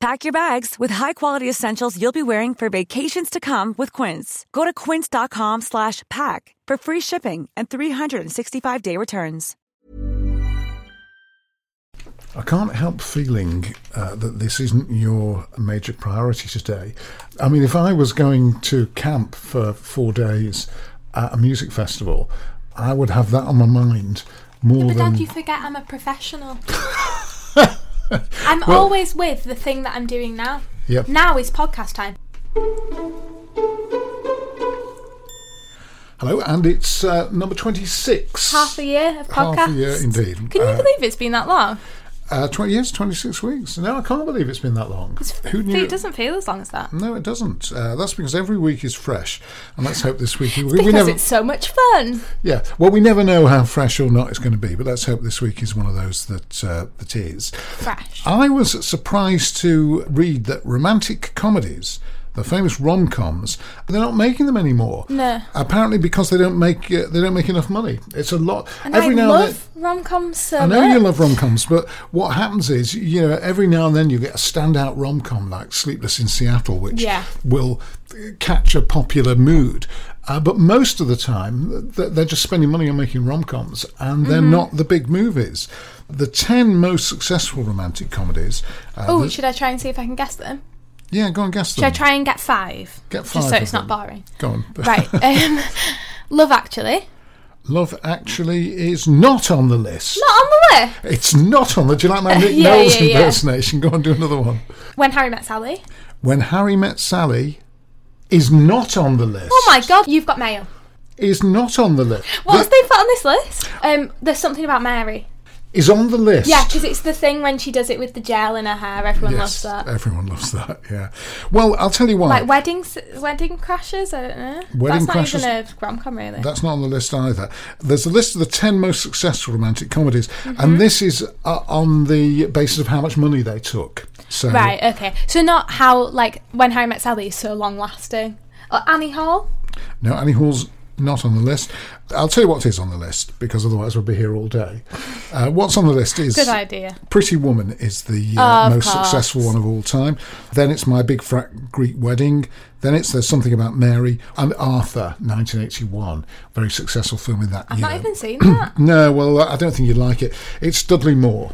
Pack your bags with high-quality essentials you'll be wearing for vacations to come with Quince. Go to quince.com/pack for free shipping and 365-day returns. I can't help feeling uh, that this isn't your major priority today. I mean, if I was going to camp for four days at a music festival, I would have that on my mind more But than. Dad, you forget I'm a professional. I'm always with the thing that I'm doing now. Yep. Now is podcast time. Hello, and it's uh, number 26. Half a year of podcasts. Half a year, indeed. Can you Uh, believe it's been that long? Uh, 20 years, 26 weeks. No, I can't believe it's been that long. Who knew? It doesn't feel as long as that. No, it doesn't. Uh, that's because every week is fresh, and let's hope this week. we, Because never, it's so much fun. yeah. Well, we never know how fresh or not it's going to be, but let's hope this week is one of those that uh, that is. Fresh. I was surprised to read that romantic comedies, the famous rom coms, they're not making them anymore. No. Apparently, because they don't make uh, they don't make enough money. It's a lot. And every I now and then, love rom coms so I know much. you love rom coms, but what happens is, you know, every now and then you get a standout rom com like Sleepless in Seattle, which Yeah. will uh, catch a popular mood. Uh, but most of the time, th- they're just spending money on making rom coms and Mm-hmm. they're not the big movies. The 10 most successful romantic comedies. Uh, Oh, the- should I try and see if I can guess them? yeah, go and guess them. Should I try and get five? Get five Just so of it's not them. boring. Go on. Right. Um, love Actually. Love Actually is not on the list. Not on the list. It's not on the. Do you like my Nick Yeah, Knowles yeah, yeah. impersonation? Go on, do another one. When Harry Met Sally. When Harry Met Sally is not on the list. Oh my god, you've got mail. Is not on the list. What's That they put on this list? Um, there's something about Mary. Is on the list. Yeah, because it's the thing when she does it with the gel in her hair. Everyone Yes, uh, loves that. everyone loves that. Yeah. Well, I'll tell you why. Like wedding, s- wedding crashes. I don't know. Wedding That's not Crashers- even a rom com, really. That's not on the list either. There's a list of the ten most successful romantic comedies, Mm-hmm. and this is uh, on the basis of how much money they took. So right. Okay. So not how like when Harry Met Sally is so long lasting. Or Annie Hall. No, Annie Hall's not on the list. I'll tell you what is on the list because otherwise we'll be here all day. Uh, what's on the list is Good idea. Pretty Woman is the Oh, uh, of most course. successful one of all time. Then it's My Big Fat Greek Wedding. Then it's There's Something About Mary and Arthur, 1981. Very successful film in that I've year. not even seen that. no, well, I don't think you'd like it. It's Dudley Moore.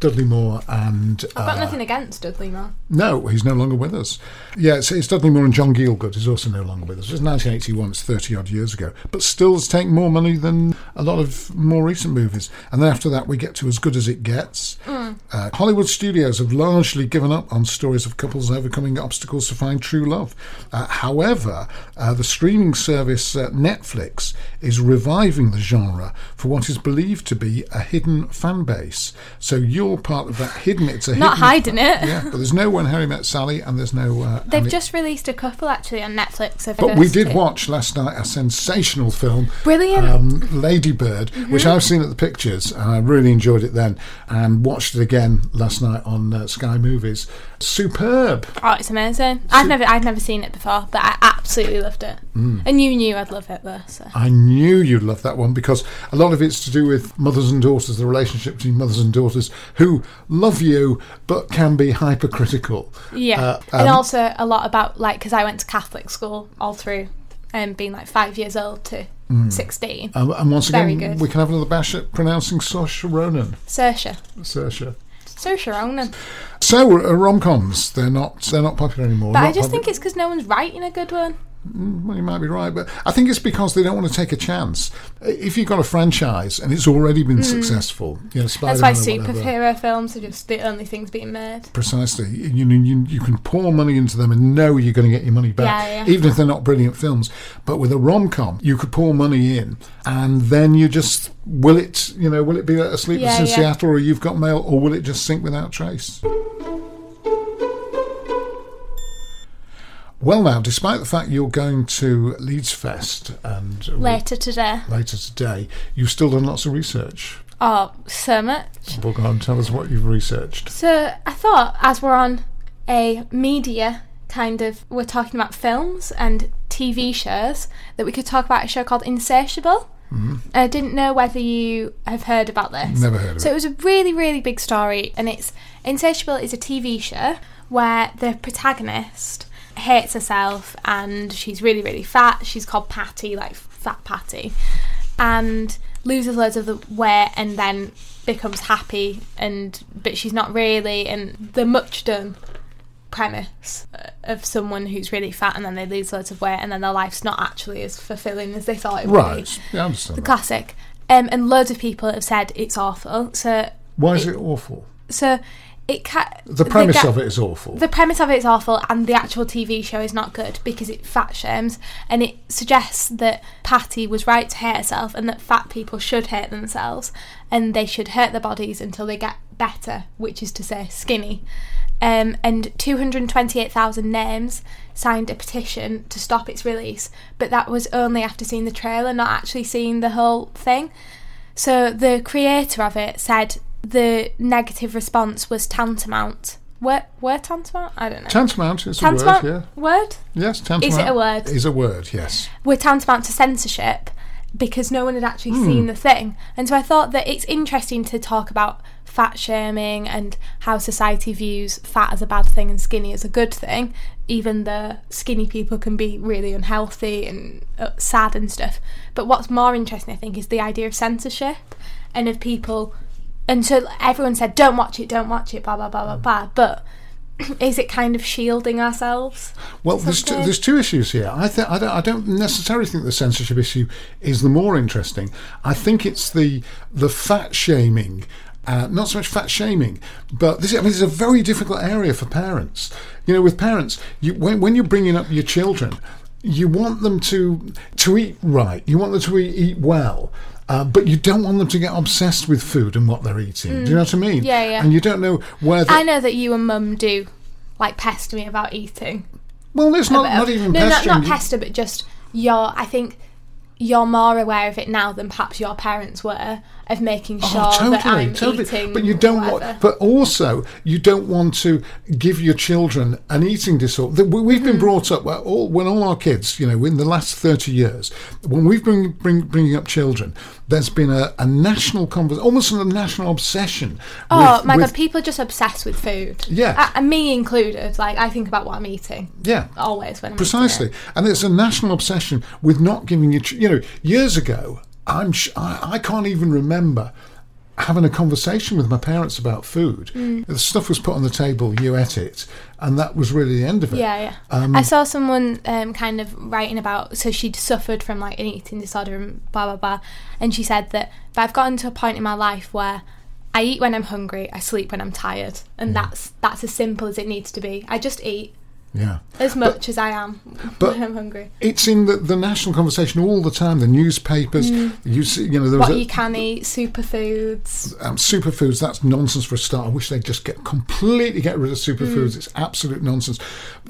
Dudley Moore and I've got nothing against Dudley Moore. no, he's no longer with us. Yeah, it's, it's Dudley Moore and John Gielgud is also no longer with us. It's 1981, it's 30 odd years ago. But still has taken more money than a lot of more recent movies. And then after that, we get to As Good as It Gets. Mm. Uh, Hollywood studios have largely given up on stories of couples overcoming obstacles to find true love. Uh, however, uh, the streaming service uh, Netflix is reviving the genre for what is believed to be a hidden fan base. So you're part of that hidden. It's a Not hidden hiding it. yeah, but there's no when Harry met Sally, and there's no. Uh, They've and it- just released a couple actually on Netflix. Over But we did Thursday. watch last night a sensational film, Brilliant. Mm-hmm. um, Lady Bird, which I've seen at the pictures, and I really enjoyed it then, and watched it again last night on uh, Sky Movies. Superb. Oh, it's amazing! I've never, I've never seen it before, but I absolutely loved it. Mm. And you knew I'd love it though. So. I knew you'd love that one because a lot of it's to do with mothers and daughters, the relationship between mothers and daughters who love you but can be hypercritical. Yeah, Uh, and um, also a lot about like because I went to Catholic school all through, um, being like five years old to Mm. sixteen. and, and once Very again, good. we can have another bash at pronouncing Saoirse Ronan. Saoirse, Saoirse. Saoirse Ronan. So uh, rom coms, they're not they're not popular anymore. But I Not just popu- think it's because no one's writing a good one. mm, well, you might be right, but I think it's because they don't want to take a chance. If you've got a franchise and it's already been successful, you know, Mm. That's why Spider-Man or whatever, superhero films are just the only things being made. Precisely. You, know, you, you can pour money into them and know you're going to get your money back, Yeah, yeah. even if they're not brilliant films. But with a rom com, you could pour money in, and then you just will it. You know, will it be a Sleepless Yeah, in yeah. Seattle, or You've Got Mail, or will it just sink without trace? Well, now, despite the fact you're going to Leeds Fest and Later today. later today, you've still done lots of research. Oh, so much. Well, go on, tell us what you've researched. So I thought, as we're on a media kind of, we're talking about films and TV shows, that we could talk about a show called Insatiable. And I didn't know whether you have heard about this. Never heard of so it. it was a really, really big story, and it's Insatiable is a TV show where the protagonist hates herself and she's really, really fat. She's called Patty, like Fat Patty, and loses loads of the weight and then becomes happy and but she's not really and the much done premise uh, of someone who's really fat and then they lose loads of weight and then their life's not actually as fulfilling as they thought it would be Right, yeah, I understand. the that. classic. Um, and loads of people have said it's awful. So, Why is it awful? so it ca- The premise ga- of it is awful. The premise of it is awful, and the actual TV show is not good because it fat shames and it suggests that Patty was right to hate herself and that fat people should hate themselves and they should hurt their bodies until they get better, which is to say, skinny. Um, and 228,000 names signed a petition to stop its release, but that was only after seeing the trailer, not actually seeing the whole thing. So the creator of it said the negative response was tantamount. Were, were tantamount? I don't know. tantamount is a word, tantamount yeah. word? Yes, tantamount. a word? Is a word, yes. We're tantamount to censorship because no one had actually seen the thing. And so I thought that it's interesting to talk about fat shaming and how society views fat as a bad thing and skinny as a good thing, even though skinny people can be really unhealthy and uh, sad and stuff. But what's more interesting, I think, is the idea of censorship and of people. And so everyone said, don't watch it, don't watch it, blah, blah, blah, blah, blah. But is it kind of shielding ourselves? Well, there's two, Something. there's two issues here. I, th- I, don't, I don't necessarily think the censorship issue is the more interesting. I think it's the the fat shaming. Uh, not so much fat shaming, but this, I mean, this is a very difficult area for parents. You know, with parents, you, when, when you're bringing up your children, you want them to to eat right. You want them to eat, eat well, uh, but you don't want them to get obsessed with food and what they're eating. Do you know what I mean? Mm. Yeah, yeah. And you don't know whether. I know that you and mum do like pester me about eating. well, it's not, But, um, not even no, pestering. not, not pester, but just you're. I think you're more aware of it now than perhaps your parents were of making sure that I'm eating. Oh, But you don't whatever. want. But also, you don't want to give your children an eating disorder. We- We've Mm-hmm. been brought up well, all, when all our kids, you know, in the last thirty years, when we've been bring, bringing up children, there's been a, a national convers, almost a national obsession. Oh with- my with- god, people are just obsessed with food. Yeah. I- and me included. Like I think about what I'm eating Yeah. always when I'm eating precisely it. and it's a national obsession with not giving you ch- you know years ago i'm sh- I, I can't even remember having a conversation with my parents about food Mm. the stuff was put on the table you ate it and that was really the end of it Uh, Yeah, yeah. I saw someone um, kind of writing about so she'd suffered from like an eating disorder and blah blah blah, and she said that but I've gotten to a point in my life where I eat when I'm hungry, I sleep when I'm tired, and that's that's as simple as it needs to be. I just eat yeah as much as I am but- when I'm hungry. it's in the, the national conversation all the time the newspapers you see you know there was Mm. What a- you can eat, superfoods. um, superfoods that's nonsense for a start i wish they'd just get completely get rid of superfoods Mm. it's absolute nonsense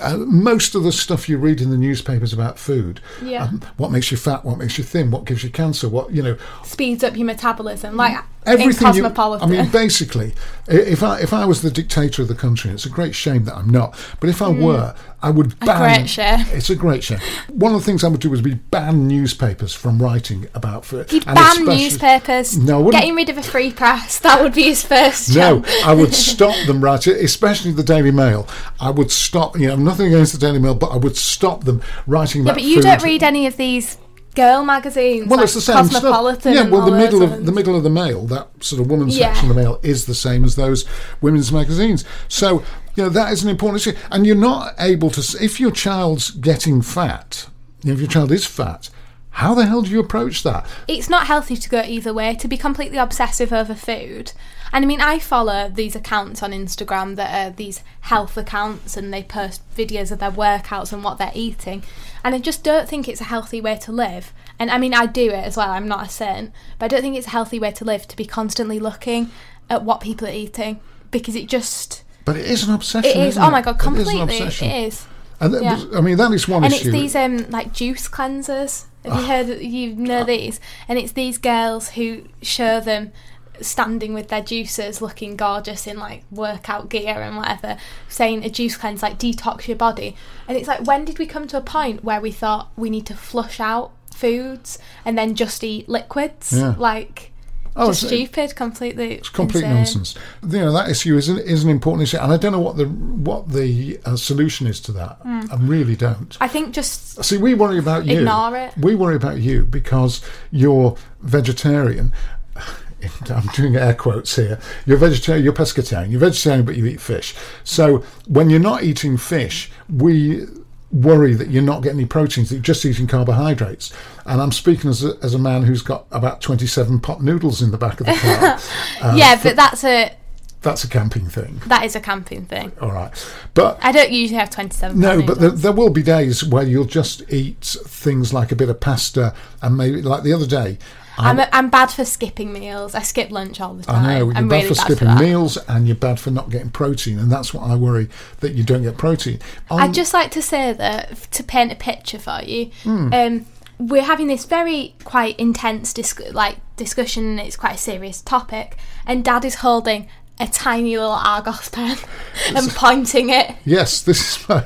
uh, most of the stuff you read in the newspapers about food um, Yeah. what makes you fat what makes you thin what gives you cancer what you know Speeds up your metabolism, like in everything you- cosmopolitan. i mean basically i- if i if i was the dictator of the country it's a great shame that i'm not but if i were i would ban Mm. great shame. it's a great shame one of the things i would do would be ban newspapers from writing about food He'd and ban especially- newspapers. No, I wouldn't. getting rid of a free press. That would be his first. No, job. I would stop them writing, especially the Daily Mail. I would stop. You know, nothing against the Daily Mail, but I would stop them writing Yeah, about. but you food. don't read any of these girl magazines. Well, like it's the same stuff. Cosmopolitan Yeah, and well, all the those middle of ones. the middle of the Mail, that sort of woman's Yeah. section of the Mail, is the same as those women's magazines. So you know that is an important issue, and you're not able to. s- If your child's getting fat. if your child is fat, how the hell do you approach that? it's not healthy to go either way to be completely obsessive over food and i mean i follow these accounts on instagram that are these health accounts and they post videos of their workouts and what they're eating and i just don't think it's a healthy way to live and i mean i do it as well i'm not a saint but i don't think it's a healthy way to live to be constantly looking at what people are eating because it just But it is an obsession. it is isn't oh my god completely It is an obsession. it is. And that- yeah. I mean, that is one and issue. it's these um like juice cleansers. Have you Ah. heard? You know these, and it's these girls who show them standing with their juicers, looking gorgeous in like workout gear and whatever, saying a juice cleanse like detox your body. And it's like, when did we come to a point where we thought we need to flush out foods and then just eat liquids? Yeah. Like, Oh, just it's- stupid, completely. It's complete nonsense. You know that issue is an, is an important issue, and I don't know what the what the uh, solution is to that. Hmm. I really don't. I think just See, we worry about you. Ignore it. We worry about you because you're vegetarian. I'm doing air quotes here. You're vegetarian. You're pescatarian. You're vegetarian, but you eat fish. So when you're not eating fish, we worry that you're not getting any proteins. That you're just eating carbohydrates. And I'm speaking as a, as a man who's got about 27 pot noodles in the back of the car. yeah, but that's a That's a camping thing. that is a camping thing. All right, but I don't usually have twenty seven. No, but there, there will be days where you'll just eat things like a bit of pasta and maybe like the other day. I, I'm, I'm bad for skipping meals. I skip lunch all the time. I know you're I'm bad really for bad skipping for that. meals and you're bad for not getting protein, and that's what I worry that you don't get protein. I'd just like to say that f- to paint a picture for you. Hmm. Um, we're having this very quite intense disc- like discussion. and It's quite a serious topic, and Dad is holding a tiny little Argos pen and pointing it. yes, this is my,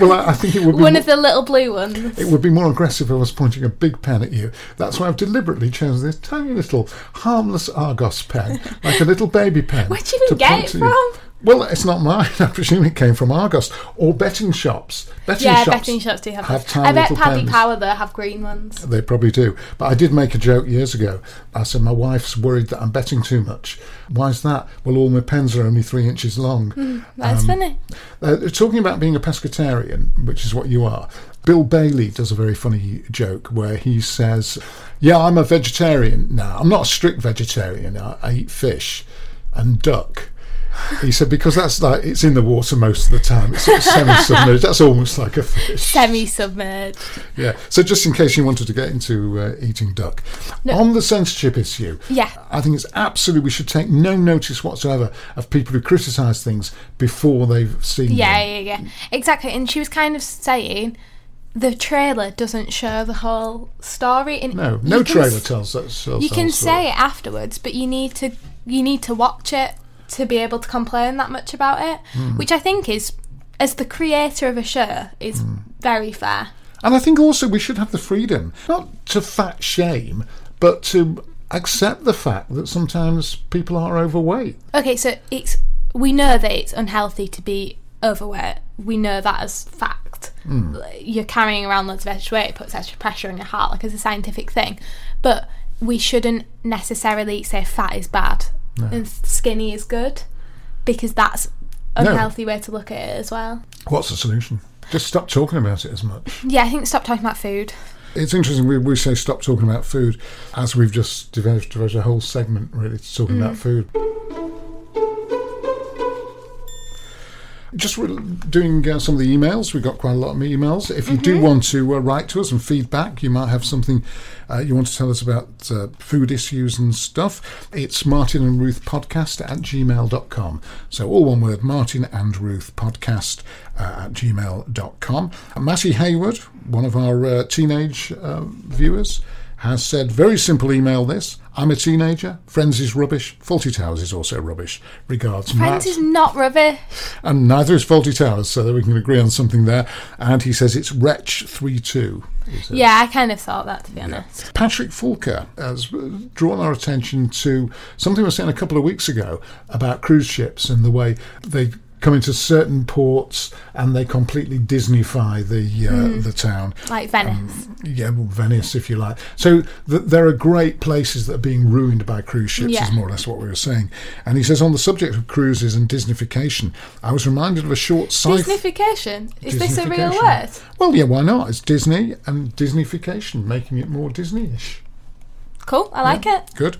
well. I, I think it would be One mo- of the little blue ones. it would be more aggressive if I was pointing a big pen at you. That's why I've deliberately chosen this tiny little harmless Argos pen, like a little baby pen. Where'd you even to get point it to you. from? Well, it's not mine. I presume it came from Argos or betting shops. Betting Yeah, shops betting shops do have. have those. tiny I bet little Paddy pens. Power though have green ones. They probably do. But I did make a joke years ago. I said, My wife's worried that I'm betting too much. Why's that? Well, all my pens are only three inches long. That's funny. Uh, talking about being a pescatarian, which is what you are, Bill Bailey does a very funny joke where he says, Yeah, I'm a vegetarian now. I'm not a strict vegetarian. I, I eat fish and duck. He said, because that's like, it's in the water most of the time. It's sort of semi submerged. That's almost like a fish. Semi-submerged. Yeah. So just in case you wanted to get into uh, eating duck, on the censorship issue, Yeah. I think it's absolutely we should take no notice whatsoever of people who criticise things before they've seen Yeah, them. yeah, yeah. Exactly. And she was kind of saying the trailer doesn't show the whole story. And No, no you can trailer s- tells that. Tells You that story. can say it afterwards, but you need to you need to watch it to be able to complain that much about it, Hmm. which I think is as the creator of a show is Hmm. very fair. And I think also we should have the freedom not to fat shame, but to accept the fact that sometimes people are overweight. Okay, so it's we know that it's unhealthy to be overweight. We know that as fact. You're carrying around loads of extra weight, it puts extra pressure on your heart, like it's a scientific thing. But we shouldn't necessarily say fat is bad and skinny is good because that's unhealthy way to look at it as well. What's the solution? Just stop talking about it as much. Yeah, I think stop talking about food. It's interesting. We, we say stop talking about food, as we've just devoted, devoted a whole segment really to talking about Mm. food. Just re- doing uh, some of the emails. We've got quite a lot of emails. If you Mm-hmm. do want to uh, write to us and feedback, you might have something uh, you want to tell us about uh, food issues and stuff. It's Martin and Ruth podcast at gmail.com. So, all one word Martin and Ruth podcast uh, at gmail.com. And Matty Hayward, one of our uh, teenage uh, viewers, has said, very simple email this. I'm a teenager. Friends is rubbish. Faulty Towers is also rubbish. Regards, Friends Matt. is not rubbish. And neither is Faulty Towers, so that we can agree on something there. And he says it's Wretch 3 2. Yeah, I kind of thought that to be honest. Patrick Fulker has uh, drawn our attention to something we were saying a couple of weeks ago about cruise ships and the way they come into certain ports and they completely Disneyfy the uh, Hmm. the town. like Venice. Yeah, well, Venice, if you like. So th- there are great places that are being ruined by cruise ships, Yeah. is more or less what we were saying. And he says on the subject of cruises and Disneyfication, I was reminded of a short sci-fi. Disneyfication. Is this a real word? Disneyfication. Well, yeah, why not? It's Disney and Disneyfication, making it more Disney-ish. Cool. I like it. Good.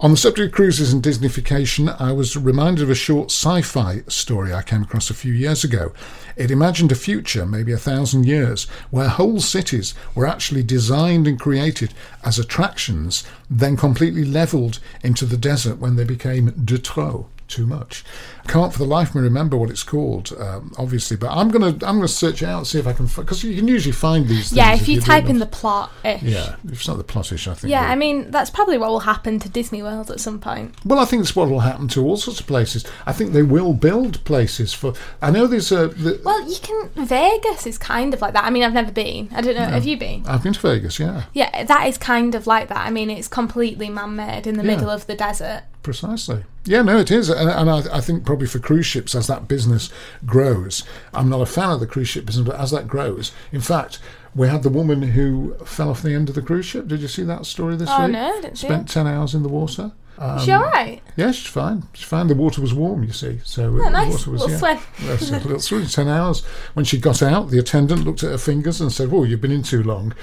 On the subject of cruises and Disneyfication, I was reminded of a short sci fi story I came across a few years ago. It imagined a future, maybe a thousand years, where whole cities were actually designed and created as attractions, then completely levelled into the desert when they became de trop. Too much. Can't for the life of me remember what it's called, um, obviously. But I'm gonna I'm gonna search it out and see if I can because you can usually find these. Things Yeah, if you do type in the enough. plot ish. yeah, if it's not the plottish, I think. Yeah, we'll- I mean, that's probably what will happen to Disney World at some point. Well, I think it's what will happen to all sorts of places. I think they will build places for. I know there's a. The, Well, you can. Vegas is kind of like that. I mean, I've never been. I don't know. Have you been? I've been to Vegas, yeah, Yeah, that is kind of like that. I mean, it's completely man made in the Yeah. middle of the desert. precisely. Yeah, no, it is, and, and I, I think probably for cruise ships as that business grows. I'm not a fan of the cruise ship business, but as that grows, in fact, we had the woman who fell off the end of the cruise ship. Did you see that story this Oh, week? no, I didn't see Spent it. ten hours in the water. Um, Is she alright? Yeah, she's fine. She's fine. The water was warm, you see. So uh, the Oh, nice. water was Little yeah. swim. That's it. Little swim. Ten hours. When she got out, the attendant looked at her fingers and said, "Well, you've been in too long."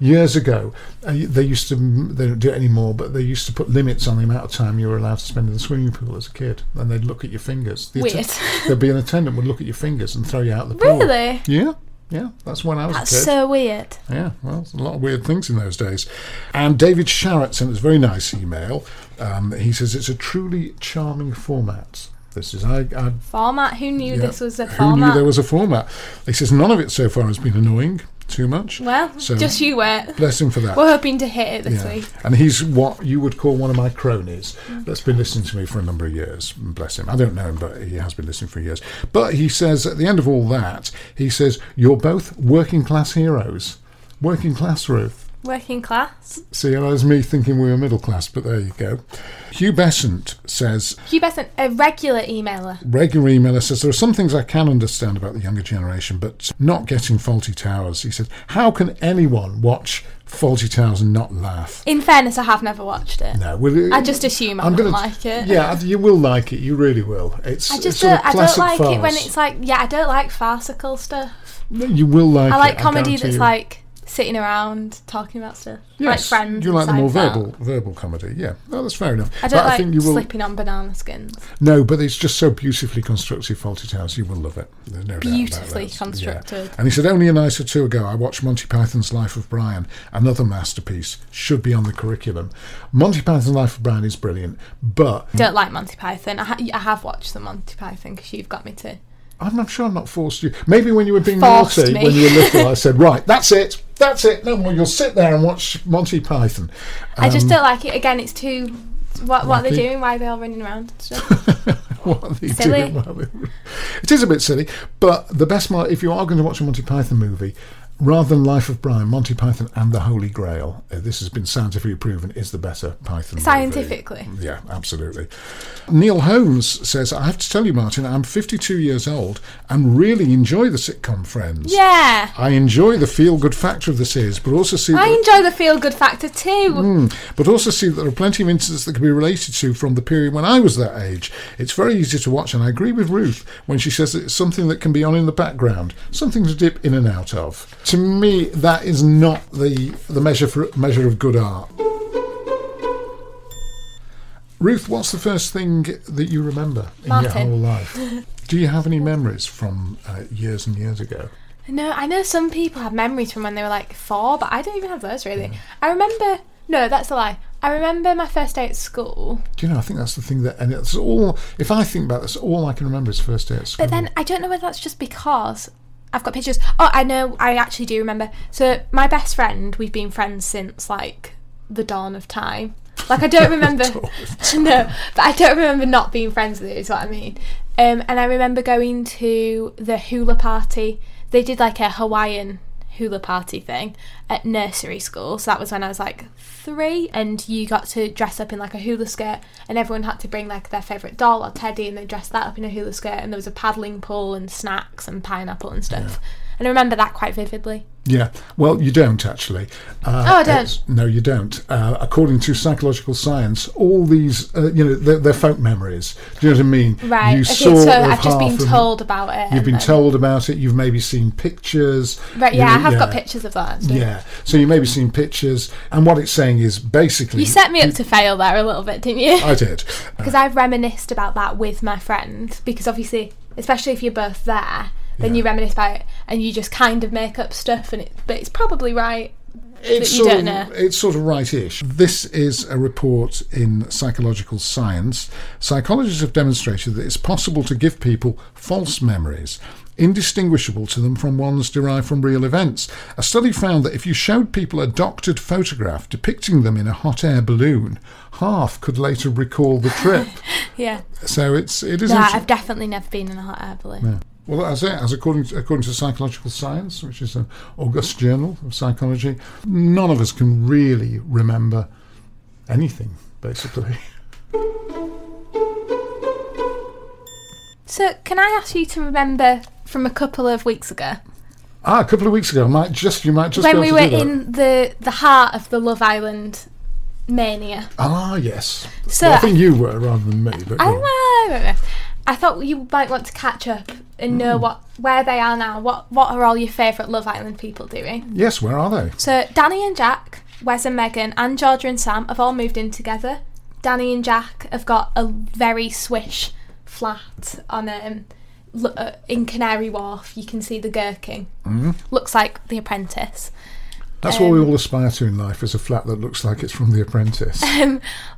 Years ago, uh, they used to. They don't do it anymore, but they used to put limits on the amount of time you were allowed to spend in the swimming pool as a kid, and they'd look at your fingers. The Weird. there'd be an attendant would look at your fingers and throw you out of the pool. Really? Yeah. Yeah, that's when I was That's a kid. so weird. Yeah, well, there's a lot of weird things in those days. And David Sharrett sent us a very nice email. Um, he says it's a truly charming format. This is I. I Format. Who knew yeah, this was a Who format? knew there was a format? He says none of it so far has been annoying too much. well, So- just you wait. bless him for that. We're hoping to hit it this Yeah. week. And he's what you would call one of my cronies Mm. that's been listening to me for a number of years. Bless him. I don't know him, but he has been listening for years. But he says, at the end of all that, he says, You're both working class heroes. Working class, Ruth. Working class. See, that was me thinking we were middle class, but there you go. Hugh Besant says, Hugh Besson, a regular emailer. regular emailer says, there are some things I can understand about the younger generation, but not getting Faulty Towers. He said, how can anyone watch Faulty Towers and not laugh? In fairness, I have never watched it. No, well, it- I just assume I I'm wouldn't gonna- like it. Yeah, I- you will like it. You really will. It's I it's just sort don't, of I don't classic like it when farce. it's like yeah I don't like farcical stuff. you will like. I it, like comedy guarantee that's you. like sitting around talking about stuff. like Yes, friends. you and like the more Seinfeld. verbal verbal comedy. Yeah, well, that's fair enough. I don't but like I think you will Hmm. slipping on banana skins. No, but it's just so beautifully constructed, Faulty Towers. You will love it. There's no doubt about Beautifully that. constructed. Yeah. And he said, only a night or two ago, I watched Monty Python's Life of Brian, another masterpiece, should be on the curriculum. Monty Python's Life of Brian is brilliant, but Don't like Monty Python. I, ha- I have watched the Monty Python because you've got me to. I'm not sure I'm not forced you. Maybe when you were being Forced naughty, me. when you were little, I said, right, that's it, that's it, no more. You'll sit there and watch Monty Python. I Um, just don't like it. Again, it's too. What, what are they Wacky. doing? Why are they all running around? and stuff? what are they Silly. doing while they- It is a bit silly, but the best part, if you are going to watch a Monty Python movie, rather than Life of Brian, Monty Python and the Holy Grail, uh, this has been scientifically proven, is the better Python movie. Scientifically. Yeah, absolutely. Neil Holmes says, I have to tell you, Martin, I'm 52 years old and really enjoy the sitcom Friends. Yeah. I enjoy the feel-good factor of the series, but also see I that, enjoy the feel good factor too. Hmm. but also see that there are plenty of incidents that can be related to from the period when I was that age. It's very easy to watch, and I agree with Ruth when she says that it's something that can be on in the background, something to dip in and out of. To me, that is not the the measure for measure of good art. Ruth, what's the first thing that you remember in your Martin. whole life? Do you have any memories from uh, years and years ago? No, I know some people have memories from when they were like four, but I don't even have those really. I remember. No, that's a lie. I remember my first day at school, Do you know? I think that's the thing that, and it's all. If I think about this, all I can remember is first day at school. but then I don't know whether that's just because I've got pictures. Oh, I know. I actually do remember. So my best friend, we've been friends since like the dawn of time. Like I don't remember. no, but I don't remember not being friends with it. Is what I mean. Um, and I remember going to the hula party. They did like a Hawaiian hula party thing at nursery school. So that was when I was like three, and you got to dress up in like a hula skirt, and everyone had to bring like their favourite doll or teddy, and they dressed that up in a hula skirt, and there was a paddling pool and snacks and pineapple and stuff. And I remember that quite vividly. Yeah, well, you don't actually. Uh, Oh, I don't. it's- No, you don't. Uh, according to psychological science, all these, uh, you know, they're, they're folk memories. Do you know what I mean? Right. You okay, sort so of I've half just been rem- told about it. You've and been then- told about it. You've maybe seen pictures. Right, you yeah, I know, have got pictures of that. actually. Yeah, so you maybe seen pictures, and what it's saying is basically You set me up to fail there a little bit, didn't you? I did. Because I've reminisced about that with my friend. Because obviously, especially if you're both there, then you reminisce about it and you just kind of make up stuff, and it, but it's probably right. It's you sort don't of, know. It's sort of right-ish. This is a report in Psychological Science. Psychologists have demonstrated that it's possible to give people false memories, indistinguishable to them from ones derived from real events. A study found that if you showed people a doctored photograph depicting them in a hot air balloon, half could later recall the trip. Yeah. so it's it is. No, inter- I've definitely never been in a hot air balloon. Well, that's it. As according to, according to Psychological Science, which is an august journal of psychology, none of us can really remember anything, basically. So, can I ask you to remember from a couple of weeks ago ah, a couple of weeks ago, I might just you might just when be we able to were do that. in the, the heart of the Love Island mania? Ah, yes. So- Well, I think you were rather than me, but I yeah. don't know, I don't know. I thought you might want to catch up and know what where they are now. What what are all your favourite Love Island people doing? yes. Where are they? So Danny and Jack, Wes and Megan, and Georgia and Sam have all moved in together. Danny and Jack have got a very swish flat on um, lo- uh, in Canary Wharf. You can see the gherkin. Mm. Looks like The Apprentice. That's what Um, we all aspire to in life: is a flat that looks like it's from The Apprentice.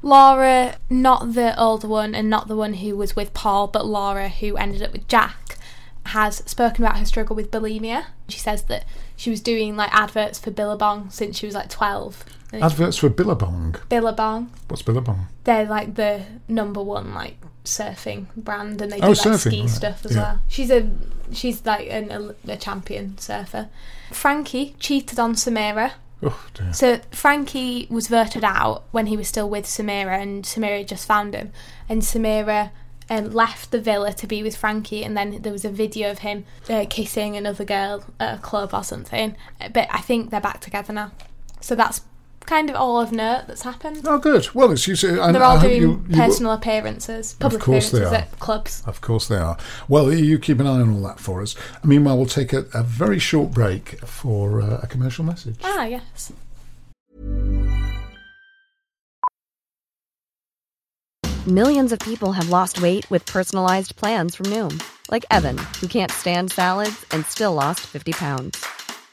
Laura, not the old one and not the one who was with Paul, but Laura, who ended up with Jack, has spoken about her struggle with bulimia. She says that she was doing like adverts for Billabong since she was like 12. And it's Adverts for Billabong. Billabong. What's Billabong? they're like the number one like surfing brand and they do Oh, like surfing, ski right. stuff as Yeah. well she's a she's like an, a champion surfer frankie cheated on samira Oh dear. so frankie was voted out when he was still with samira and samira just found him and samira um, left the villa to be with Frankie, and then there was a video of him uh, kissing another girl at a club or something. But I think they're back together now, so that's kind of all of note that's happened. Oh, good. Well, it's you. see, I, They're I all hope doing you, you personal appearances, public course they appearances are. at clubs. Of course they are. Well, E you keep an eye on all that for us. Meanwhile, we'll take a, a very short break for uh, a commercial message. Ah, yes. Millions of people have lost weight with personalized plans from Noom, like Evan, who can't stand salads and still lost 50 pounds.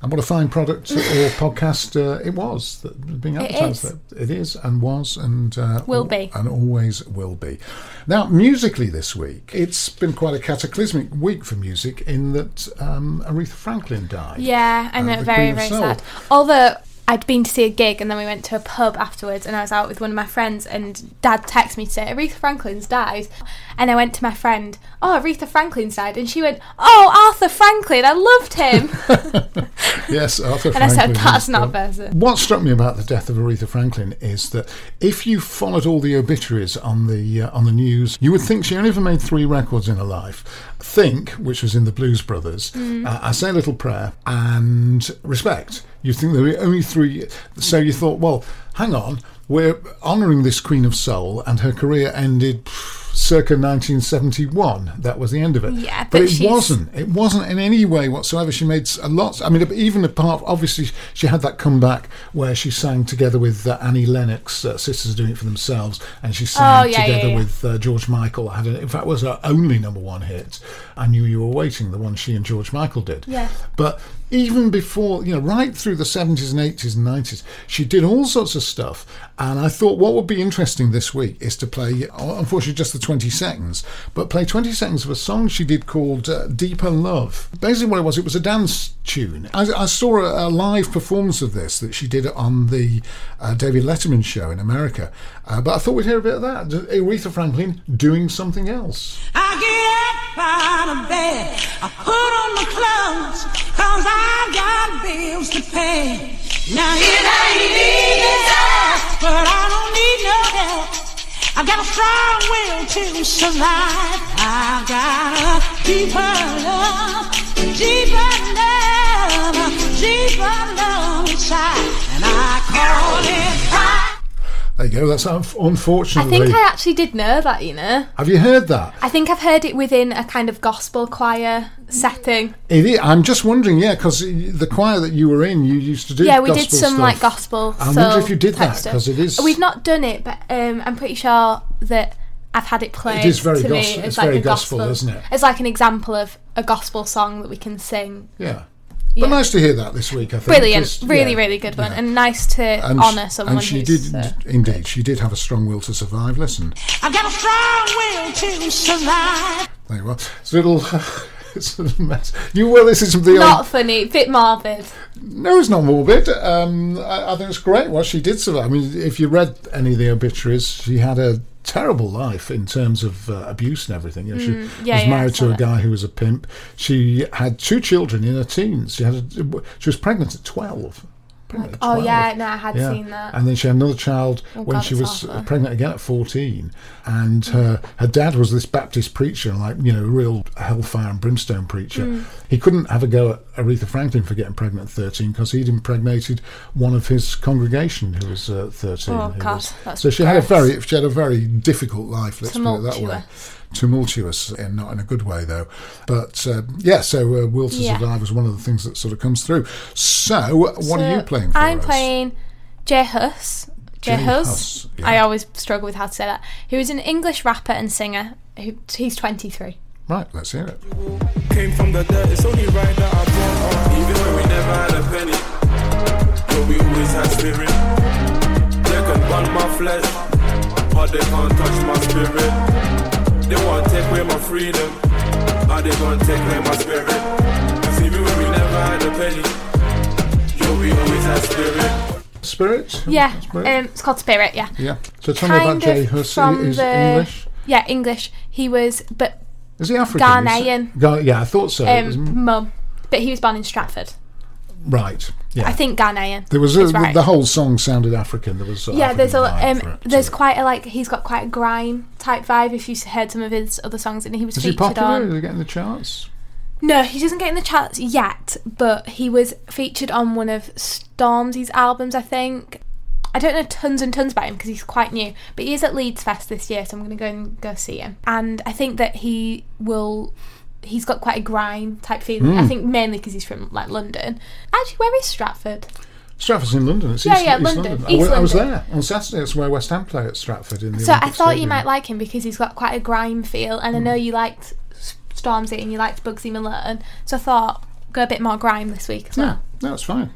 And what a fine product or podcast uh, it was that was being It advertised. It is. is and was and uh, Will al- be. and always will be. Now, musically this week, it's been quite a cataclysmic week for music in that um, Aretha Franklin died. Yeah, I Uh, know, the very, Queen of very Soul. sad. Although I I'd been to see a gig and then we went to a pub afterwards and I was out with one of my friends and dad texted me to say Aretha Franklin's died and I went to my friend oh Aretha Franklin's died and she went oh Arthur Franklin I loved him Yes, Arthur And I said, Franklin "That's is not the-" fair, sir. What struck me about the death of Aretha Franklin is that if you followed all the obituaries on the uh, on the news, you would think she only ever made three records in her life. Think, which was in the Blues Brothers, Hmm. uh, I Say a Little Prayer, and Respect. You think there were only three. So you thought, well, hang on, we're honouring this Queen of Soul, and her career ended. pff, Circa 1971, that was the end of it. Yeah, but but it she's- wasn't. It wasn't in any way whatsoever. She made s- a lot. I mean, even apart, obviously, she had that comeback where she sang together with uh, Annie Lennox, uh, Sisters Doing It For Themselves, and she sang Oh, yeah, together yeah, yeah. with uh, George Michael. Had a, in fact, was her only number one hit. I knew you were waiting. The one she and George Michael did. Yeah. But even before, you know, right through the 70s and 80s and 90s, she did all sorts of stuff. And I thought what would be interesting this week is to play, unfortunately, just the 20 seconds, but play 20 seconds of a song she did called uh, Deeper Love. Basically, what it was, it was a dance tune. I, I saw a, a live performance of this that she did on the uh, David Letterman show in America. Uh, but I thought we'd hear a bit of that. Aretha Franklin doing something else. I get up out of bed. I put on the clothes, cause I've got bills to pay. Now it ain't easy, but I don't need no help. I've got a strong will to survive. I've got a deeper love, deeper love, deeper love inside. And I call it pride. There you go. That's unf- I unfortunately. think I actually did know that you know Have you heard that? I think I've heard it within a kind of gospel choir setting It is. I'm just wondering, yeah, because the choir that you were in, you used to do. yeah, we did gospel some stuff. like gospel. I wonder soul if you did type that stuff. because it is. We've not done it, but um, I'm pretty sure that I've had it played. It is very to gos- me. it's as, like very a gospel, isn't it? It's like an example of a gospel song that we can sing. Yeah. But nice to hear that this week. I think Brilliant, 'cause, really, yeah, really good one, yeah. and nice to And sh- honour someone. And she who's, did uh, indeed. She did have a strong will to survive. Listen, I've got a strong will to survive. there you are. It's a little. It's a little mess. You well, this is the not funny, bit morbid. No, it's not morbid. Um, I, I think it's great what she did survive. I mean, if you read any of the obituaries, she had a terrible life in terms of uh, abuse and everything. You know, she Mm, yeah, was yeah, I married saw to a that. guy who was a pimp. She had two children in her teens. She had a, she was pregnant at twelve. Pregnant at Oh, 12. yeah, no, I had seen that. And then she had another child when Oh, God, she it's was uh, awful. pregnant again at 14 and her her dad was this baptist preacher like you know a real hellfire and brimstone preacher Hmm. he couldn't have a go at aretha franklin for getting pregnant at 13 because he'd impregnated one of his congregation who was uh, 13 Oh, who God, was- that's so she had a gross. very she had a very difficult life let's put it that way tumultuous and not in a good way though but uh, yeah so uh, will to Yeah. survive is one of the things that sort of comes through so what are So you playing for I'm us? playing Jay Huss. Jay Jay Huss. Huss, yeah. I always struggle with how to say that. He was an English rapper and singer. Who, he's 23. right let's hear it Came from the dirt, it's only right that I brought up. Even when we never had a penny, but we always had spirit. They can burn my flesh, but they can't touch my spirit. They want to take away my freedom, but they gonna take away my spirit. 'Cause even when we never had a penny, yo, we always had spirit. Spirit? Yeah, Spirit? um, it's called Spirit. Yeah. yeah. So tell me about Jay Huss. He is English. Yeah, English. He was, but Is he African? Ghanaian. Is- Ga- yeah, I thought so. It was- um, mum. But he was born in Stratford. right. Yeah. I think Ghanaian. there was a, is the, right. the whole song sounded African. There was sort of Yeah, there's a African vibe for um, it, there's so- quite a like he's got quite a grime type vibe. If you heard some of his other songs, and he was Is he featured popular? on Is he getting the charts? No, he doesn't get in the charts yet, but he was featured on one of Stormzy's albums, I think. I don't know tons and tons about him because he's quite new, but he is at Leeds Fest this year, so I'm going to go and go see him. And I think that he will. He's got quite a grime type feeling. Hmm. I think mainly because he's from like London. Actually, where is Stratford? Stratford's in London. It's Yeah, East, yeah, East London, London. I, East wa- I was London. there on Saturday. That's where West Ham play at Stratford. Hmm. In the So I Olympic thought you Stadium. might like him because he's got quite a grime feel, and I know you liked S- Stormzy and you liked Bugsy Malone. So I thought go a bit more grime this week as Yeah, well. no, it's fine.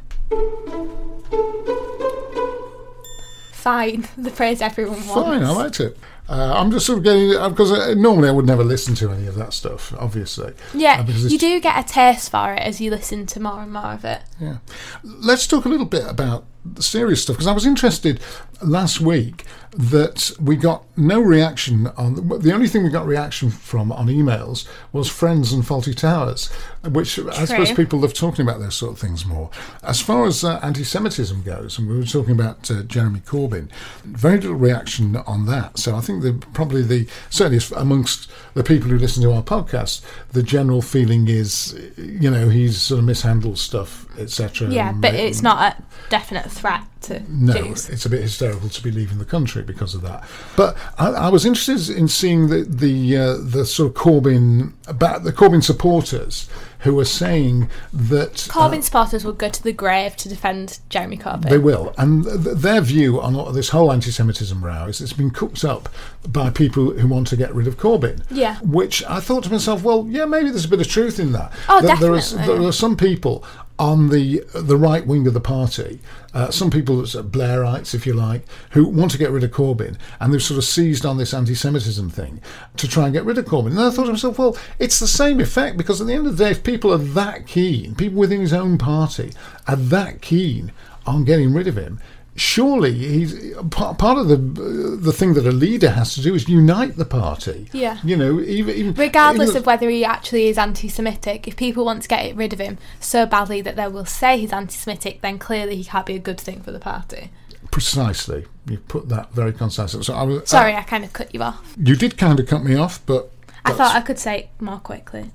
Fine, the phrase everyone wants. Fine, I liked it. Uh, I'm just sort of getting because uh, normally I would never listen to any of that stuff, obviously. Yeah, Uh, because it's you do get a taste for it as you listen to more and more of it. Yeah. Let's talk a little bit about the serious stuff because I was interested last week that we got no reaction on the only thing we got reaction from on emails was friends and faulty towers which I suppose people love talking about those sort of things more as far as uh, anti-semitism goes and we were talking about uh, Jeremy Corbyn very little reaction on that so I think the probably the certainly amongst the people who listen to our podcast the general feeling is you know he's sort of mishandled stuff etc Yeah, and but it- it's not a definite threat to Um, no, Jews. it's a bit hysterical to be leaving the country because of that. But I, I was interested in seeing the the uh, the sort of Corbyn about the Corbyn supporters who are saying that uh, Corbyn supporters will go to the grave to defend Jeremy Corbyn. they will, and th- th- their view on all- this whole anti-Semitism row is it's been cooked up by people who want to get rid of Corbyn. Yeah. Which I thought to myself, well, yeah, maybe there's a bit of truth in that. Oh, That There is definitely. there are some people on the the right wing of the party, uh, some people that's Blairites, if you like, who want to get rid of Corbyn, and they've sort of seized on this anti-Semitism thing to try and get rid of Corbyn. And I thought to myself, well, it's the same effect because at the end of the day, if people are that keen, people within his own party are that keen on getting rid of him. Surely, he's pa- part of the the thing that a leader has to do is unite the party. Yeah. you know, even, even Regardless even- of whether he actually is anti Semitic, if people want to get rid of him so badly that they will say he's anti Semitic, then clearly he can't be a good thing for the party. Precisely. You put that very concisely. So I was, uh, Sorry, I kind of cut you off. you did kind of cut me off, but I thought I could say it more quickly.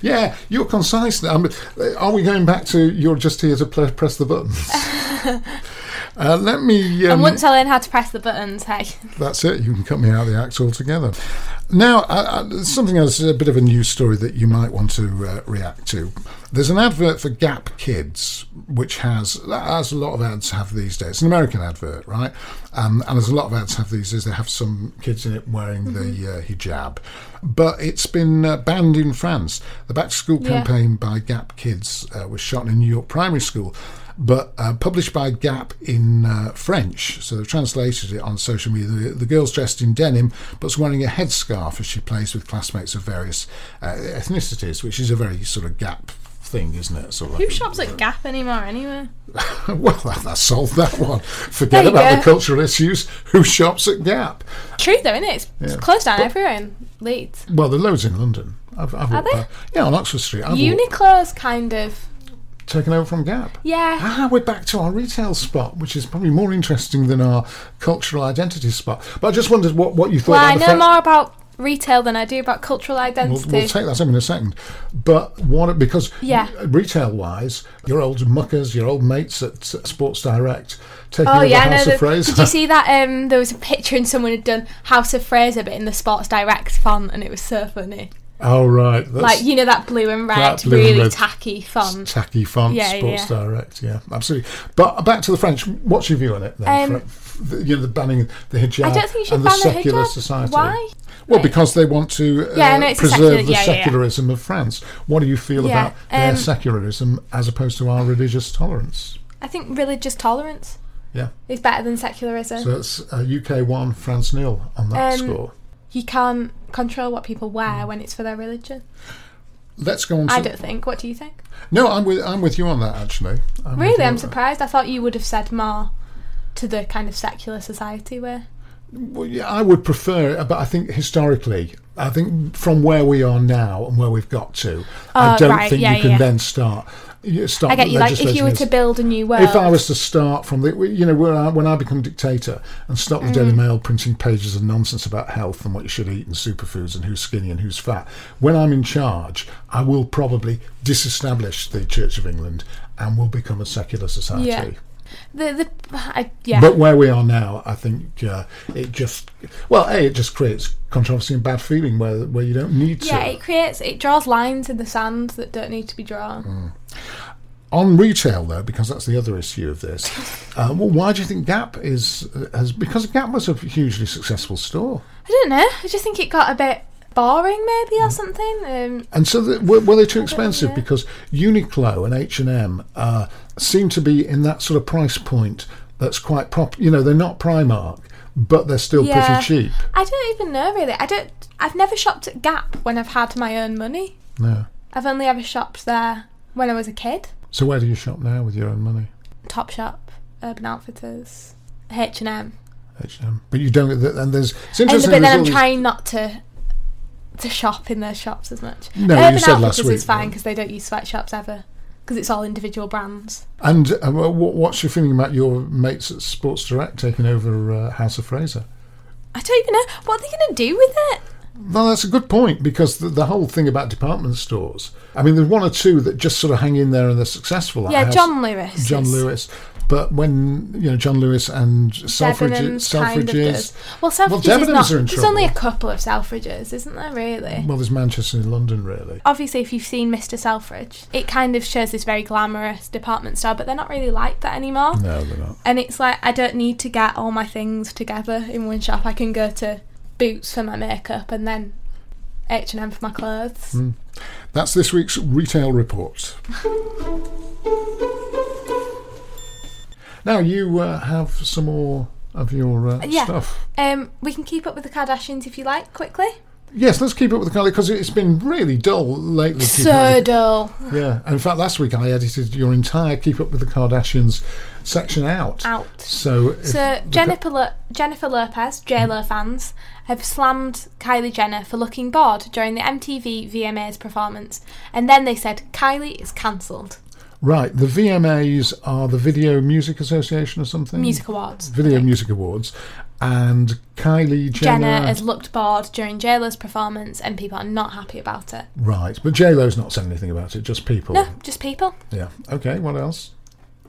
yeah, you're concise. now. I mean, uh, are we going back to you're just here to pl- press the buttons? uh, let me. Um, and once I learn how to press the buttons, hey. that's it. You can cut me out of the act altogether. Now, I, I, something else, a bit of a news story that you might want to uh, react to. There's an advert for Gap Kids, which has, as a lot of ads have these days, it's an American advert, right? Um, and as a lot of ads have these days, they have some kids in it wearing the uh, hijab. But it's been uh, banned in France. The back to school Yeah. campaign by Gap Kids uh, was shot in a New York primary school but uh, published by Gap in uh, French. So they've translated it on social media. The, the girl's dressed in denim but's wearing a headscarf as she plays with classmates of various uh, ethnicities, which is a very sort of Gap thing, isn't it? Sort of Who like- shops at Gap anymore, anyway? well, that, that solved that one. Forget There you about go. the cultural issues. Who shops at Gap? True, though, isn't it? It's Yeah. closed down But- everywhere in Leeds. Well, there are loads in London. I've, I've Are walked there? by- Yeah, on Oxford Street. I've walked- Uniqlo's kind of. taken over from Gap. Yeah. Ah, we're back to our retail spot, which is probably more interesting than our cultural identity spot. But I just wondered what, what you thought. Well, about I the know fact- more about retail than I do about cultural We'll, identity. we'll take that up in a second, but what because Yeah. retail-wise, your old muckers, your old mates at Sports Direct taking Oh over yeah, House no. of the- Fraser. Did you see that? Um, there was a picture and someone had done House of Fraser, but in the Sports Direct font, and it was so funny. Oh right, that's like you know that blue and red, that blue and really red tacky font. tacky font, Yeah, Sports yeah. Direct, yeah, absolutely. But back to the French. What's your view on it then? Um, Fr- the, you know, the banning the hijab I don't think you should and the ban the secular hijab. society. Why? Well, because they want to uh, Yeah, no, it's a preserve secular- the yeah, yeah, yeah. secularism of France. What do you feel Yeah, about their um, secularism as opposed to our religious tolerance? I think religious tolerance Yeah, is better than secularism. so it's uh, UK one, France nil on that Um, score. you can't control what people wear when it's for their religion. Let's go on. To, I don't think. What do you think? No, I'm with I'm with you on that actually. I'm with Really, you I'm on that. surprised. I thought you would have said more to the kind of secular society way. Well, yeah, I would prefer, it, but I think historically, I think from where we are now and where we've got to, I Oh, don't right, think yeah, you can yeah. then start. you Start I get you. Like, if you were to legislating build a new world, this. If I was to start from the, you know, where I, when I become dictator and stop the Mm. Daily Mail printing pages of nonsense about health and what you should eat and superfoods and who's skinny and who's fat, when I'm in charge, I will probably disestablish the Church of England and will become a secular society. Yeah. the the I, yeah, But where we are now, I think uh, it just well, a it just creates controversy and bad feeling where where you don't need yeah, to. it creates it draws lines in the sand that don't need to be drawn. Mm. On retail though, because that's the other issue of this. Uh, well, why do you think Gap is has because Gap was a hugely successful store, I don't know. I just think it got a bit boring, maybe or something. Um, Mm. and so the, were, were they too expensive? Because Uniqlo and H and M uh, seem to be in that sort of price point that's quite prop. You know, they're not Primark. but they're still pretty cheap. I don't even know really. I don't. I've never shopped at Gap when I've had my own money. No. I've only ever shopped there when I was a kid. So where do you shop now with your own money? Topshop, Urban Outfitters, H and M. H&M. But you don't. th- And there's. It's interesting. And but there's then all I'm these- trying not to to shop in those shops as much. No, you Urban said last Outfitters is week, fine yeah. because they don't use sweatshops ever because it's all individual brands. And uh, wha- wha- what's your feeling about your mates at Sports Direct taking over uh, House of Fraser? I don't even know what are they going to do with it. Well, that's a good point because the, the whole thing about department stores. I mean, there's one or two that just sort of hang in there and they're successful. like Yeah, House- John Lewis John is- Lewis. But when you know John Lewis and Selfridge, Debenhams kind of Selfridge's, does. Well, Selfridges is Debenhams not. are in there's trouble. only a couple of Selfridges, isn't there? Really. well, there's Manchester and London really. Obviously, if you've seen Mr. Selfridge, it kind of shows this very glamorous department store, but they're not really like that anymore. No, they're not. And it's like I don't need to get all my things together in one shop. I can go to Boots for my makeup and then H and M for my clothes. Mm. That's this week's retail report. Now you uh, have some more of your uh, Yeah. stuff. Um, we can keep up with the Kardashians if you like, quickly. Yes, let's keep up with the Kylie because it's been really dull lately. keeping up So with- dull. Yeah, in fact, last week I edited your entire "Keep Up with the Kardashians" section out. Out. So, if So the- Mm. Jennifer Lo- Jennifer Lopez, J Lo fans have slammed Kylie Jenner for looking bored during the MTV VMAs performance, and then they said Kylie is cancelled. Mm. right, the VMAs are the Video Music Association or something. Music Awards. Video Music Awards, and Kylie Jenner. Jenner has looked bored during J Lo's performance, and people are not happy about it. right, but J Lo's not saying anything about it. Just people. No, just people. Yeah. Okay. What else?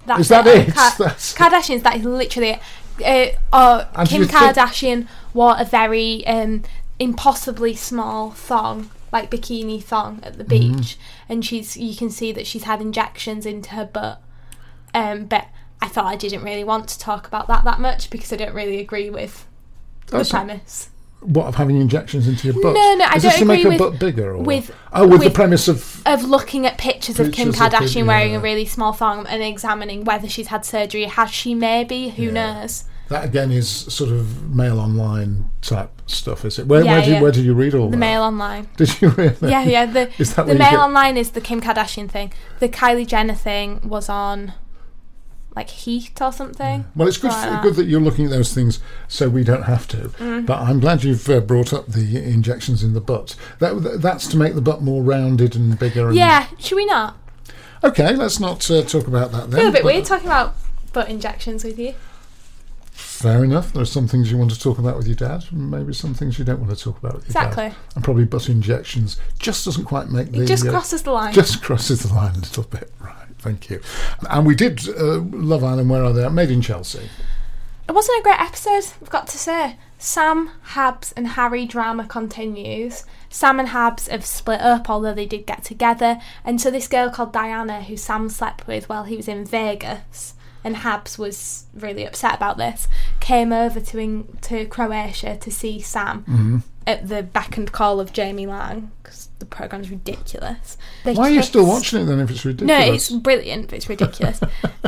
That's Is that it? uh, Ka- That's- Kardashians. That is literally it. Uh, or And do Kim you think- Kardashian wore a very um, impossibly small thong, like bikini thong, at the Mm-hmm. beach, and she's you can see that she's had injections into her butt. Um, but I thought I didn't really want to talk about that that much because I don't really agree with That's- the premise. What of having injections into your butt? No, no, I Is don't this to make agree her with- butt bigger, or with- oh, with, the with- premise of of looking at pictures, of Kim Pictures of Kim- Kardashian wearing yeah. a really small thong and examining whether she's had surgery. Has she? Maybe. Who Yeah. knows? That again is sort of mail online type stuff, is it? Where, Yeah, where, did, yeah. where did you read all The that? Mail Online. Did you really? Yeah, yeah. The, Is that where the you Mail get- Online is the Kim Kardashian thing. The Kylie Jenner thing was on like Heat or something. Well, it's good, Something like good that you're looking at those things so we don't have to. Mm. But I'm glad you've uh, brought up the injections in the butt. That, that's to make the butt more rounded and bigger. And, Yeah, should we not? Okay, let's not uh, talk about that then. feel a bit but weird talking about butt injections with you. Fair enough. There are some things you want to talk about with your dad, and maybe some things you don't want to talk about with your dad. Exactly. And probably butt injections just doesn't quite make the. It just uh, crosses the line. Just crosses the line a little bit, right? Thank you. And we did uh, Love Island. Where are they? Made in Chelsea. It wasn't a great episode, I've got to say. Sam, Habs, and Harry drama continues. Sam and Habs have split up, although they did get together. And so this girl called Diana, who Sam slept with while he was in Vegas, and Habs was really upset about this, came over to Eng- to Croatia to see Sam Mm-hmm. at the beck and call of Jamie Lang because the program's ridiculous. They Why are you still kissed- watching it then if it's no, ridiculous? it's brilliant, but it's ridiculous.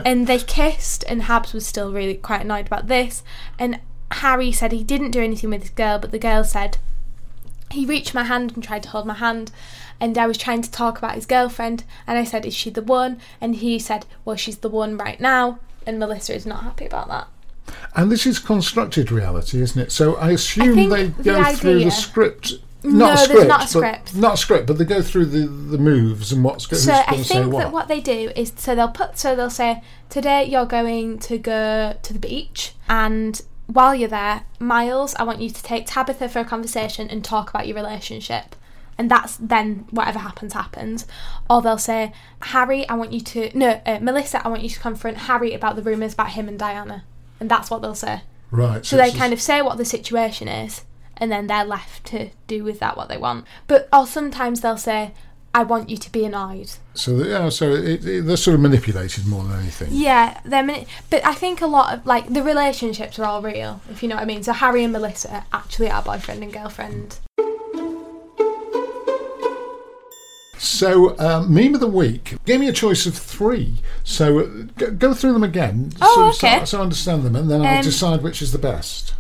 and they kissed, and Habs was still really quite annoyed about this. And Harry said he didn't do anything with his girl, but the girl said he reached my hand and tried to hold my hand. And I was trying to talk about his girlfriend, and I said, "Is she the one?" And he said, "Well, she's the one right now." And Melissa is not happy about that. And this is constructed reality, isn't it? So I assume think they the go through the idea- script. Not No, a there's script, not a but- script. Not a script, but they go through the, the moves and what's going So I to say think what. that what they do is so they'll put so they'll say today you're going to go to the beach and while you're there, Miles, I want you to take Tabitha for a conversation and talk about your relationship. And that's then whatever happens happens. Or they'll say, Harry, I want you to no uh, Melissa, I want you to confront Harry about the rumours about him and Diana. And that's what they'll say. right. So they kind of say what the situation is, and then they're left to do with that what they want. But or sometimes they'll say, "I want you to be annoyed." So, they- yeah, so it, it, they're sort of manipulated more than anything. Yeah, they're mini- but I think a lot of like the relationships are all real, if you know what I mean. So Harry and Melissa actually are boyfriend and girlfriend. So, uh, meme of the week gave me a choice of three. So, uh, go, go through them again. Oh, so, so- okay. So, I understand them, and then I'll Um, decide which is the best.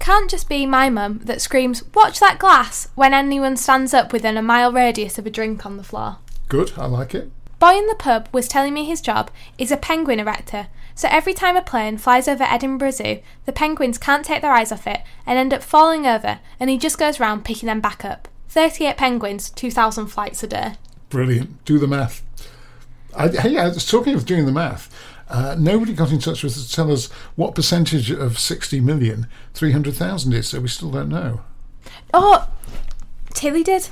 can't just be my mum that screams, Watch that glass! when anyone stands up within a mile radius of a drink on the floor. Good, I like it. Boy in the pub was telling me his job is a penguin erector, so every time a plane flies over Edinburgh Zoo, the penguins can't take their eyes off it and end up falling over, and he just goes round picking them back up. 38 penguins, 2,000 flights a day. Brilliant. Do the math. I, hey, I was talking of doing the math. Uh, nobody got in touch with us to tell us what percentage of 60 million 300,000 is, so we still don't know. Oh, Tilly did.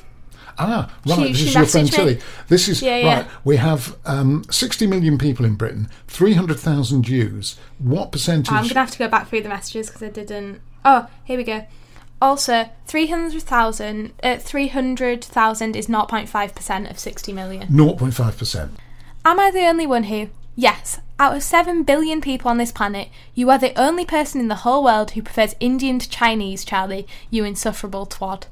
Ah, right. She- this she is your friend messaged me. Tilly. This is Yeah, yeah. right. We have um, 60 million people in Britain, 300,000 Jews. What percentage? I'm going to have to go back through the messages because I didn't. Oh, here we go. Also, 300,000 uh, 300,000 is 0.5% of 60 million. 0.5%. Am I the only one who? Yes, out of 7 billion people on this planet, you are the only person in the whole world who prefers Indian to Chinese, Charlie, you insufferable twat.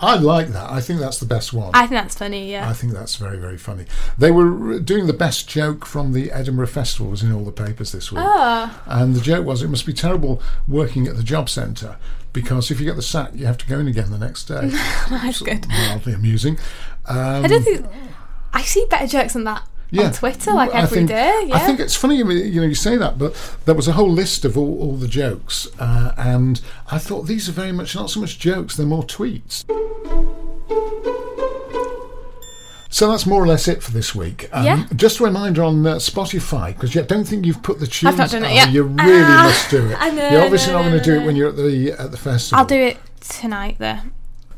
I like that. I think that's the best one. I think that's funny, yeah. I think that's very, very funny. They were doing the best joke from the Edinburgh Festival, was in all the papers this week. Ah. And the joke was it must be terrible working at the job centre because if you get the sack, you have to go in again the next day. that's good. Mildly amusing. Um, I don't think. I see better jokes than that on Twitter, like I every think- day. yeah. I think it's funny, you mean- you know, you say that, but there was a whole list of all, all the jokes, uh, and I thought these are very much not so much jokes, they're more tweets. So that's more or less it for this week. Um, Yeah. Just a reminder on uh, Spotify because I don't think you've put the tunes. not done it Oh, yet. You really Ah, must do it. I know, You're obviously no, not no, going to no, do no. it when you're at the at the festival. I'll do it tonight, though.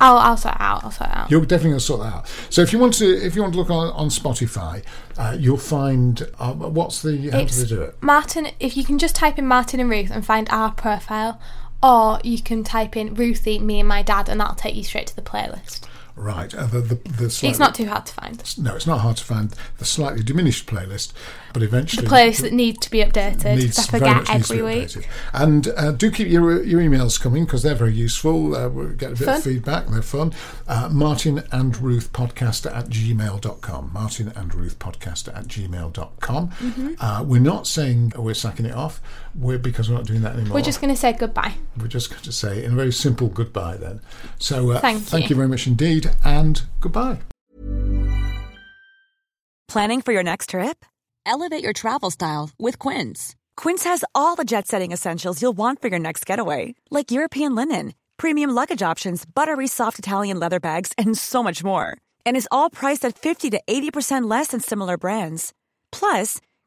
I'll, I'll sort it out. I'll sort it out. You're definitely going to sort that out. So if you want to, if you want to look on, on Spotify, uh, you'll find uh, what's the how It's do they do it? Martin, if you can just type in Martin and Ruth and find our profile, or you can type in Ruthie, me and my dad, and that'll take you straight to the playlist. Right. Uh, the, the, the slightly, It's not too hard to find. No, it's not hard to find the slightly diminished playlist, but eventually The playlist that needs to be updated needs- because I very forget much needs to every be week. updated. And uh, do keep your your emails coming because they're very useful. Uh, we get a bit Fun. of feedback. They're fun. Uh, Martin and Ruth podcast at gmail.com. Martin and Ruth podcast at gmail.com. Mm-hmm. Uh, we're not saying we're sacking it off we're, because we're not doing that anymore. We're just going to say goodbye. We're just going to say in a very simple goodbye then. So uh, Thank thank you. you very much indeed and goodbye. Planning for your next trip? Elevate your travel style with Quince. Quince has all the jet setting essentials you'll want for your next getaway, like European linen, premium luggage options, buttery soft Italian leather bags, and so much more. And is all priced at 50 to 80% less than similar brands. Plus,